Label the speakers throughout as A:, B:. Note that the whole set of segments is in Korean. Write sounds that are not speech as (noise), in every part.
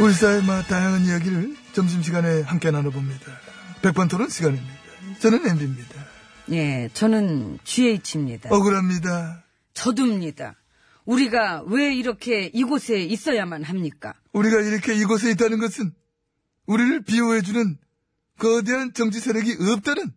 A: 우리 사회의 마- 다양한 이야기를 점심시간에 함께 나눠봅니다. 백반토론 시간입니다. 저는 엠비입니다.
B: 예, 저는 GH입니다.
A: 억울합니다.
B: 저도입니다. 우리가 왜 이렇게 이곳에 있어야만 합니까?
A: 우리가 이렇게 이곳에 있다는 것은 우리를 비호해주는 거대한 정치 세력이 없다는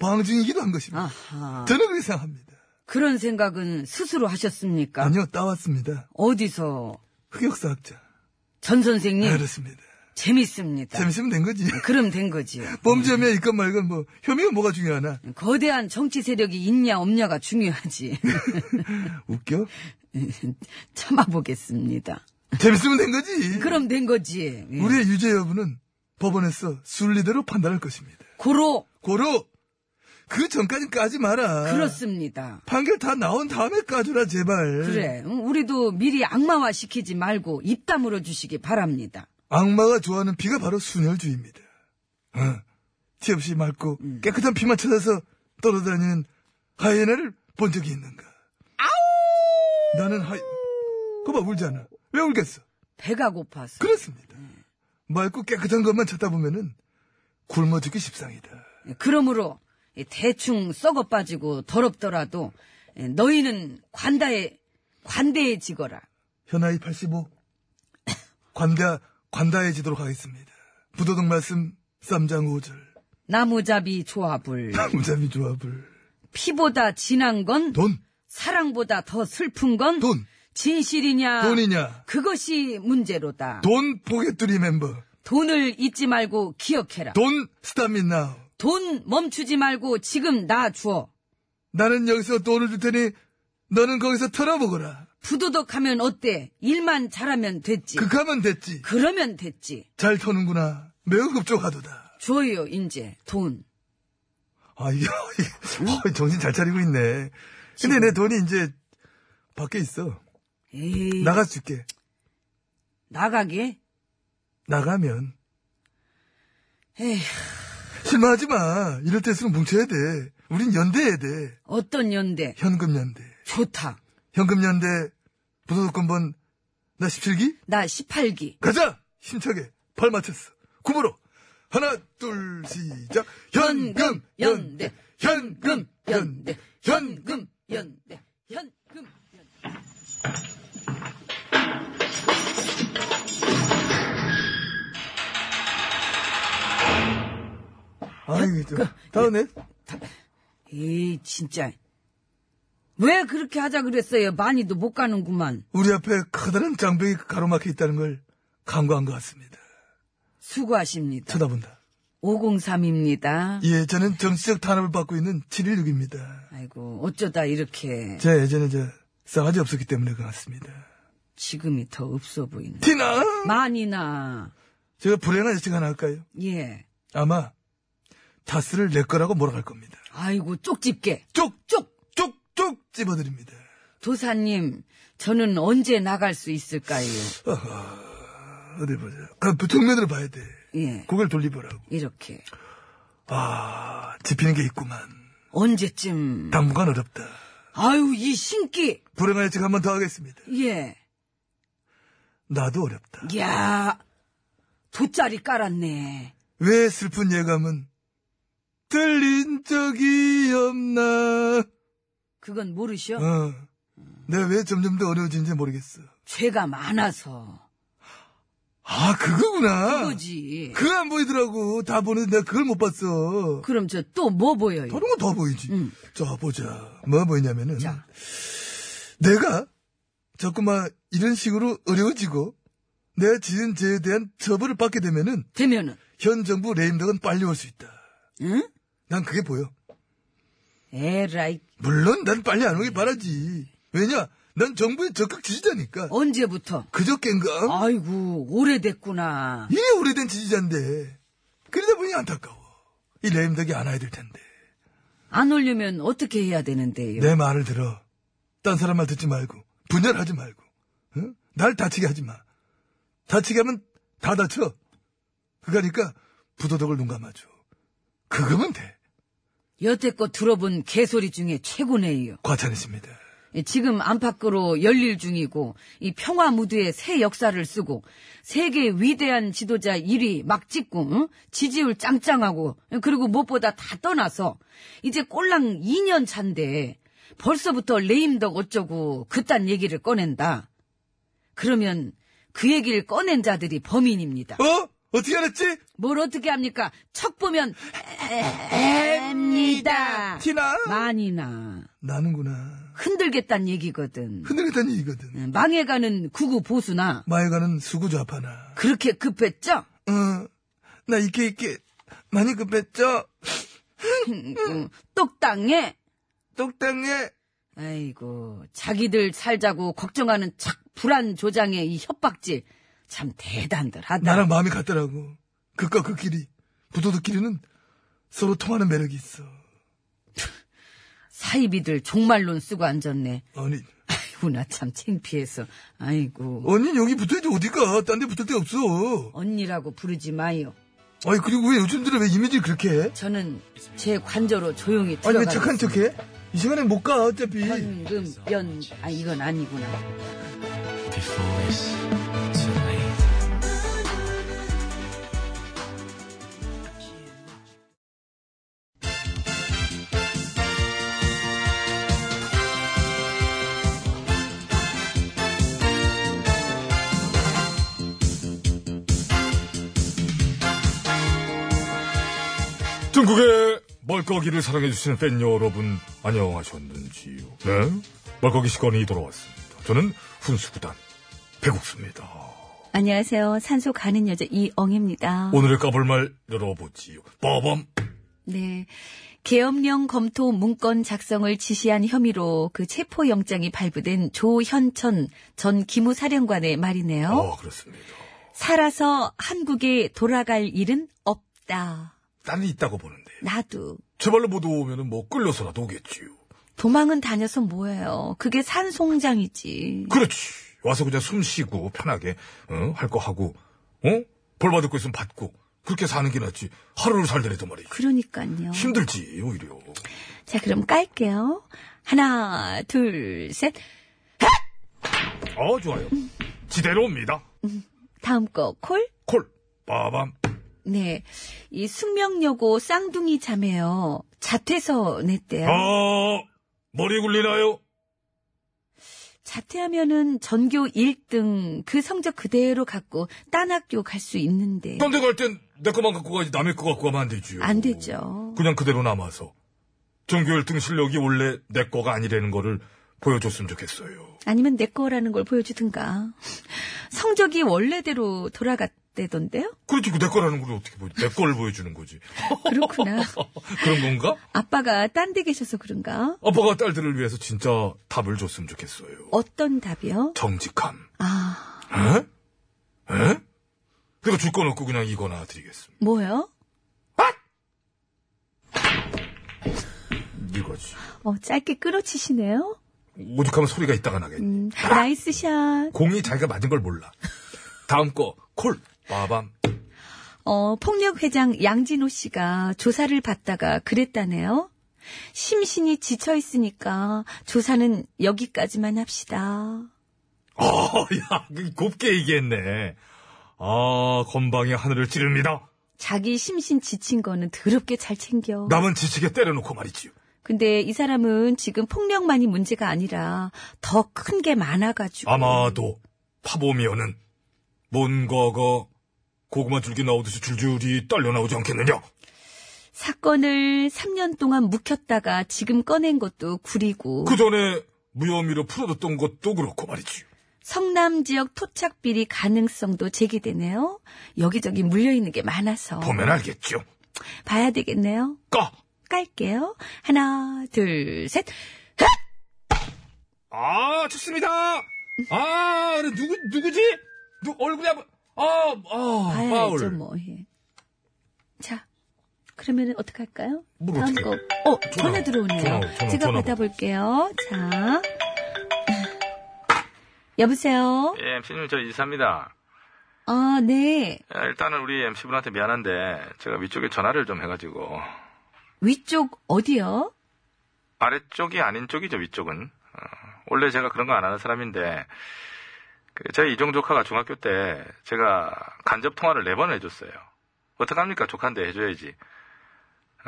A: 방증이기도 한 것입니다.
B: 아하.
A: 저는 그렇게 생각합니다.
B: 그런 생각은 스스로 하셨습니까?
A: 아니요, 따왔습니다.
B: 어디서?
A: 흑역사학자.
B: 전 선생님,
A: 그렇습니다.
B: 네, 재밌습니다.
A: 재밌으면 된 거지.
B: 그럼 된 거지요.
A: (laughs) 범죄면 이건 말건 뭐 혐의가 뭐가 중요하나?
B: 거대한 정치 세력이 있냐 없냐가 중요하지. (laughs)
A: 웃겨?
B: 참아보겠습니다.
A: 재밌으면 된 거지.
B: 그럼 된 거지. 예.
A: 우리의 유죄 여부는 법원에서 순리대로 판단할 것입니다.
B: 고로
A: 고로 그 전까지 까지 마라.
B: 그렇습니다.
A: 판결 다 나온 다음에 까주라 제발.
B: 그래, 응, 우리도 미리 악마화 시키지 말고 입 다물어 주시기 바랍니다.
A: 악마가 좋아하는 피가 바로 순혈주의입니다. 어, 티 없이 맑고
B: 음.
A: 깨끗한 피만 찾아서 떨어다니는 하이에나를 본 적이 있는가? 아우! 나는 하이. 그봐 울잖아. 왜 울겠어?
B: 배가 고파서.
A: 그렇습니다. 맑고 깨끗한 것만 찾다 보면은 굶어 죽기 십상이다.
B: 예, 그러므로 이 대충 썩어 빠지고 더럽더라도 에, 너희는 관다에 관대에 지거라.
A: 현아이 85 관다 관다해지도록 하겠습니다. 부도덕 말씀 쌈장 5절
B: 나무잡이 조합을
A: 무자비 조합을
B: 피보다 진한 건
A: 돈
B: 사랑보다 더 슬픈 건
A: 돈.
B: 진실이냐
A: 돈이냐
B: 그것이 문제로다.
A: 돈 포개뚜리 멤버
B: 돈을 잊지 말고 기억해라.
A: 돈 스타민 나우
B: 돈 멈추지 말고 지금 나 주어.
A: 나는 여기서 돈을 줄 테니 너는 거기서 털어먹어라
B: 부도덕하면 어때? 일만 잘하면 됐지.
A: 극하면 됐지
B: 그러면 됐지.
A: 잘 터는구나 매우 급조하도다
B: 줘요 이제 돈.
A: 아 이게 어, 정신 잘 차리고 있네 근데 내 돈이 이제 밖에 있어
B: 에이,
A: 나갈 수 있게
B: 나가게?
A: 나가면
B: 에휴.
A: 실망하지 마. 이럴 때일수록 뭉쳐야 돼. 우린 연대해야 돼.
B: 어떤 연대?
A: 현금 연대.
B: 좋다.
A: 현금 연대. 부도덕건번 나 17기?
B: 나 18기.
A: 가자! 힘차게. 발 맞췄어. 구부로. 하나, 둘, 시작. 현금 연대. 현금 연대. 현금.
B: 현금 연대. 네. 현금 연대.
A: 아이고, 좀. 다음에.
B: 에이, 진짜. 왜 그렇게 하자 그랬어요? 많이도 못 가는구만.
A: 우리 앞에 커다란 장벽이 가로막혀 있다는 걸 강구한 것 같습니다.
B: 수고하십니다.
A: 쳐다본다.
B: 503입니다.
A: 예, 저는 정치적 탄압을 받고 있는 716입니다.
B: 아이고, 어쩌다 이렇게
A: 제가 예전에 저 싸가지 없었기 때문에 그렇습니다.
B: 지금이 더 없어 보이네.
A: 티나!
B: 많이나.
A: 제가 불행한 예측 하나 할까요?
B: 예.
A: 아마 다스를 내 거라고 몰아갈 겁니다.
B: 아이고, 쪽집게.
A: 쪽쪽 쪽쪽 찝어드립니다.
B: 도사님, 저는 언제 나갈 수 있을까요?
A: 어디 보자. 아, 그 정면으로 봐야 돼.
B: 예.
A: 고개를 돌리보라고.
B: 이렇게.
A: 아, 집히는 게 있구만.
B: 언제쯤.
A: 당분간 어렵다.
B: 아유, 이 신기.
A: 불행한 예측 한 번 더 하겠습니다.
B: 예.
A: 나도 어렵다.
B: 야 돗자리 깔았네.
A: 왜 슬픈 예감은 들린 적이 없나?
B: 그건 모르셔?
A: 어. 내가 왜 점점 더 어려워지는지 모르겠어.
B: 죄가 많아서.
A: 아, 그거구나.
B: 그거지.
A: 그거 안 보이더라고. 다 보는데 내가 그걸 못 봤어.
B: 그... 럼 저 또 뭐 보여요?
A: 다른 건 더 보이지.
B: 음.
A: 자, 보자. 뭐 보이냐면은.
B: 자.
A: 내가 자꾸 막 이런 식으로 어려워지고 내가 지은 죄에 대한 처벌을 받게 되면은
B: 되면은.
A: 현 정부 레임덕은 빨리 올 수 있다.
B: 응?
A: 난 그게 보여.
B: 에라이.
A: 물론 난 빨리 안 오길 바라지. 왜냐? 난 정부의 적극 지지자니까.
B: 언제부터?
A: 그저껜가
B: 아이고, 오래됐구나.
A: 이래 오래된 지지자인데. 그러다 보니 안타까워. 이 레임덕이 안 와야 될 텐데.
B: 안 오려면 어떻게 해야 되는데요?
A: 내 말을 들어. 딴 사람 말 듣지 말고. 분열하지 말고. 응? 날 다치게 하지 마. 다치게 하면 다 다쳐. 그러니까 부도덕을 눈 감아줘. 그거면 돼.
B: 여태껏 들어본 개소리 중에 최고네요.
A: 과찬했습니다.
B: 예, 지금 안팎으로 열릴 중이고 이 평화 무드의 새 역사를 쓰고 세계 위대한 지도자 1위 막 찍고 응? 지지율 짱짱하고 예, 그리고 무엇보다 다 떠나서 이제 꼴랑 2년 차인데 벌써부터 레임덕 어쩌고 그딴 얘기를 꺼낸다. 그러면 그 얘기를 꺼낸 자들이 범인입니다.
A: 어? 어떻게 알았지?
B: 뭘 어떻게 합니까? 척 보면 앱니다.
A: 티나?
B: 많이 나
A: 나는구나.
B: 흔들겠다는 얘기거든.
A: 흔들겠다는 얘기거든.
B: 음, 망해가는 구구 보수나
A: 마에가는 수구좌파나.
B: 그렇게 급했죠?
A: 어, 나 이렇게 이렇게 많이 급했죠?
B: 음, 똑당해.
A: 똑당해.
B: 아이고 자기들 살자고 걱정하는 착 불안 조장의 이 협박질 참 대단들하다.
A: 네. 나랑 마음이 같더라고. 극과 그 극끼리, 부도덕끼리는 서로 통하는 매력이 있어.
B: 사이비들 종말론 쓰고 앉았네.
A: 아니,
B: 아이고 나 참 창피해서. 아이고
A: 언니 여기 붙어야지 어디가? 딴 데 붙을 데 없어.
B: 언니라고 부르지 마요.
A: 아니 그리고 왜 요즘 들어 왜 이미지를 그렇게 해?
B: 저는 제 관저로 조용히 들어가.
A: 아니 왜 착한 척해? 이 시간에 못 가 어차피.
B: 현금 연아 이건 아니구나.
C: 중국의 멀거기를 사랑해주시는 팬 여러분, 안녕하셨는지요? 네? 멀거기 시간이 돌아왔습니다. 저는 훈수구단, 배국수입니다.
D: 안녕하세요. 산소 가는 여자 이엉입니다.
C: 오늘의 까불말 열어보지요. 빠밤!
D: 네. 계엄령 검토 문건 작성을 지시한 혐의로 그 체포영장이 발부된 조현천 전 기무사령관의 말이네요.
B: 어?
C: 아, 그렇습니다.
D: 살아서 한국에 돌아갈 일은 없다.
C: 딸이 있다고 보는데.
D: 나도.
C: 제발로 못 오면은 뭐 끌려서라도 오겠지요.
D: 도망은 다녀서 뭐예요. 그게 산송장이지.
C: 그렇지. 와서 그냥 숨 쉬고 편하게, 할 거 하고, 어? 벌 받을 거 있으면 받고, 그렇게 사는 게 낫지. 하루를 살더라도 말이지.
D: 그러니까요.
C: 힘들지, 오히려.
D: 자, 그럼 깔게요. 하나, 둘, 셋.
C: 아, 좋아요. 지대로옵니다.
D: 다음 거 콜.
C: 콜, 빠밤.
D: 네. 이 숙명여고 쌍둥이 자매요. 자퇴서 냈대요.
C: 아, 머리 굴리나요?
D: 자퇴하면은 전교 1등 그 성적 그대로 갖고 딴 학교 갈 수 있는데.
C: 딴데 갈 땐 내 것만 갖고 가지 남의 거 갖고 가면 안 되지요.
D: 안 되죠.
C: 그냥 그대로 남아서. 전교 1등 실력이 원래 내 거가 아니라는 거를 보여줬으면 좋겠어요.
D: 아니면 내 거라는 걸 보여주든가. 성적이 원래대로 돌아갔대던데요?
C: 그렇지, 그내 거라는 걸 어떻게 보여? 내 거를 보여주는 (laughs) 거지.
D: 그렇구나.
C: 어. 그런 건가?
D: 아빠가 딴 데 계셔서 그런가?
C: 아빠가 딸들을 위해서 진짜 답을 줬으면 좋겠어요.
D: 어떤 답이요?
C: 정직함.
D: 아,
C: 에? 에? 그러니까 줄 건 없고 그냥 이거나 드리겠습니다.
D: 뭐요?
C: 이거지.
D: 어, 짧게 끌어치시네요?
C: 오죽하면 소리가 있다가 나겠네.
D: 음, 나이스 샷.
C: 공이 자기가 맞은 걸 몰라. 다음 거, 콜, 빠밤.
D: 어, 폭력회장 양진호 씨가 조사를 받다가 그랬다네요. 심신이 지쳐있으니까 조사는 여기까지만 합시다.
C: 어, 야, 그 곱게 얘기했네. 아, 건방이 하늘을 찌릅니다.
D: 자기 심신 지친 거는 더럽게 잘 챙겨.
C: 남은 지치게 때려놓고 말이지요.
B: 근데 이 사람은 지금 폭력만이 문제가 아니라 더 큰 게 많아가지고.
E: 아마도 파보미어는 뭔가가 고구마 줄기 나오듯이 줄줄이 딸려 나오지 않겠느냐?
B: 사건을 3년 동안 묵혔다가 지금 꺼낸 것도 구리고.
E: 그 전에 무혐의로 풀어뒀던 것도 그렇고 말이지.
B: 성남 지역 토착 비리 가능성도 제기되네요. 여기저기 물려 있는 게 많아서
E: 보면 알겠죠.
B: 봐야 되겠네요.
E: 까!
B: 깔게요. 하나, 둘, 셋.
E: 아, 좋습니다! 아, 근데 누구, 누구지? 누, 얼굴이 한번, 아, 아,
B: 봐야죠
E: 파울.
B: 뭐. 예. 자, 그러면은 어떻게 할까요?
E: 뭘
B: 다음
E: 뭐 어떻게
B: 거.
E: 해요?
B: 어,
E: 전화,
B: 전화 들어오네요.
E: 전화, 전화,
B: 제가
E: 전화.
B: 받아볼게요. 자, 여보세요.
A: 예, MC님, 저 이사입니다.
B: 아, 네.
A: 아, 일단은 우리 MC분한테 미안한데, 제가 위쪽에 전화를 좀 해가지고.
B: 위쪽 어디요?
A: 아래쪽이 아닌 쪽이죠, 위쪽은. 어, 원래 제가 그런 거 안 하는 사람인데, 그, 제 이종 조카가 중학교 때 제가 간접 통화를 네 번을 해줬어요. 어떡합니까? 조카인데 해줘야지.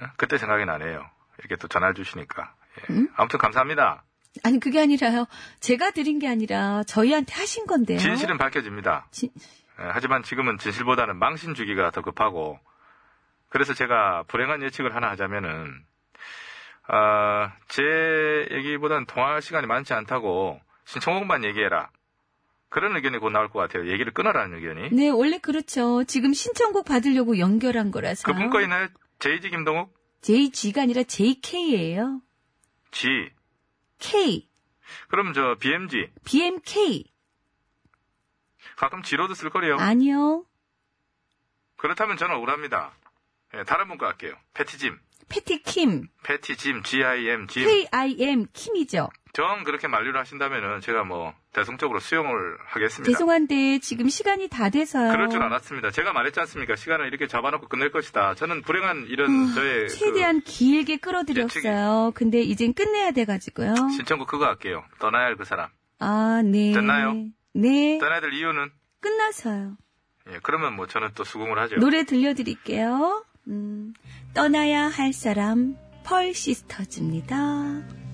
A: 어, 그때 생각이 나네요. 이렇게 또 전화를 주시니까. 예. 아무튼 감사합니다.
B: 아니 그게 아니라요. 제가 드린 게 아니라 저희한테 하신 건데요.
A: 진실은 밝혀집니다.
B: 네. 진-
A: 예, 하지만 지금은 진실보다는 망신 주기가 더 급하고 그래서 제가 불행한 예측을 하나 하자면은 아, 제 얘기보다는 통화할 시간이 많지 않다고 신청곡만 얘기해라 그런 의견이 곧 나올 것 같아요. 얘기를 끊어라는 의견이.
B: 네, 원래 그렇죠. 지금 신청곡 받으려고 연결한 거라서.
A: 그 문과이나요? 제이지 김동욱
B: JG가 아니라 JK예요.
A: G.
B: K,
A: 그럼 저 BMG
B: BMK.
A: 가끔 G로도 쓸 거래요.
B: 아니요.
A: 그렇다면 저는 억울합니다. 예, 다른 문과 할게요. 패티짐,
B: 패티킴.
A: 패티짐, G-I-M, 짐.
B: KIM 킴이죠.
A: 정 그렇게 만류를 하신다면은 제가 뭐 대성적으로 수용을 하겠습니다.
B: 죄송한데 지금 시간이 다 돼서요.
A: 그러니까. 그럴 줄 알았습니다. 제가 말했지 않습니까? 시간을 이렇게 잡아놓고 끝낼 것이다. 저는 불행한 이런 저의 그
B: 아, 최대한 길게
A: 네,
B: 끌어들였어요. 근데 이젠 끝내야 돼가지고요.
A: 신청곡 그거 할게요. 떠나야 할 그 사람.
B: 아, 네.
A: 됐나요?
B: 네.
A: 떠나야 될 이유는
B: 끝나서요.
A: 예, 그러면 뭐 저는 또 수긍을 하죠.
B: 노래 들려드릴게요. 음, 떠나야 할 사람 펄 시스터즈입니다.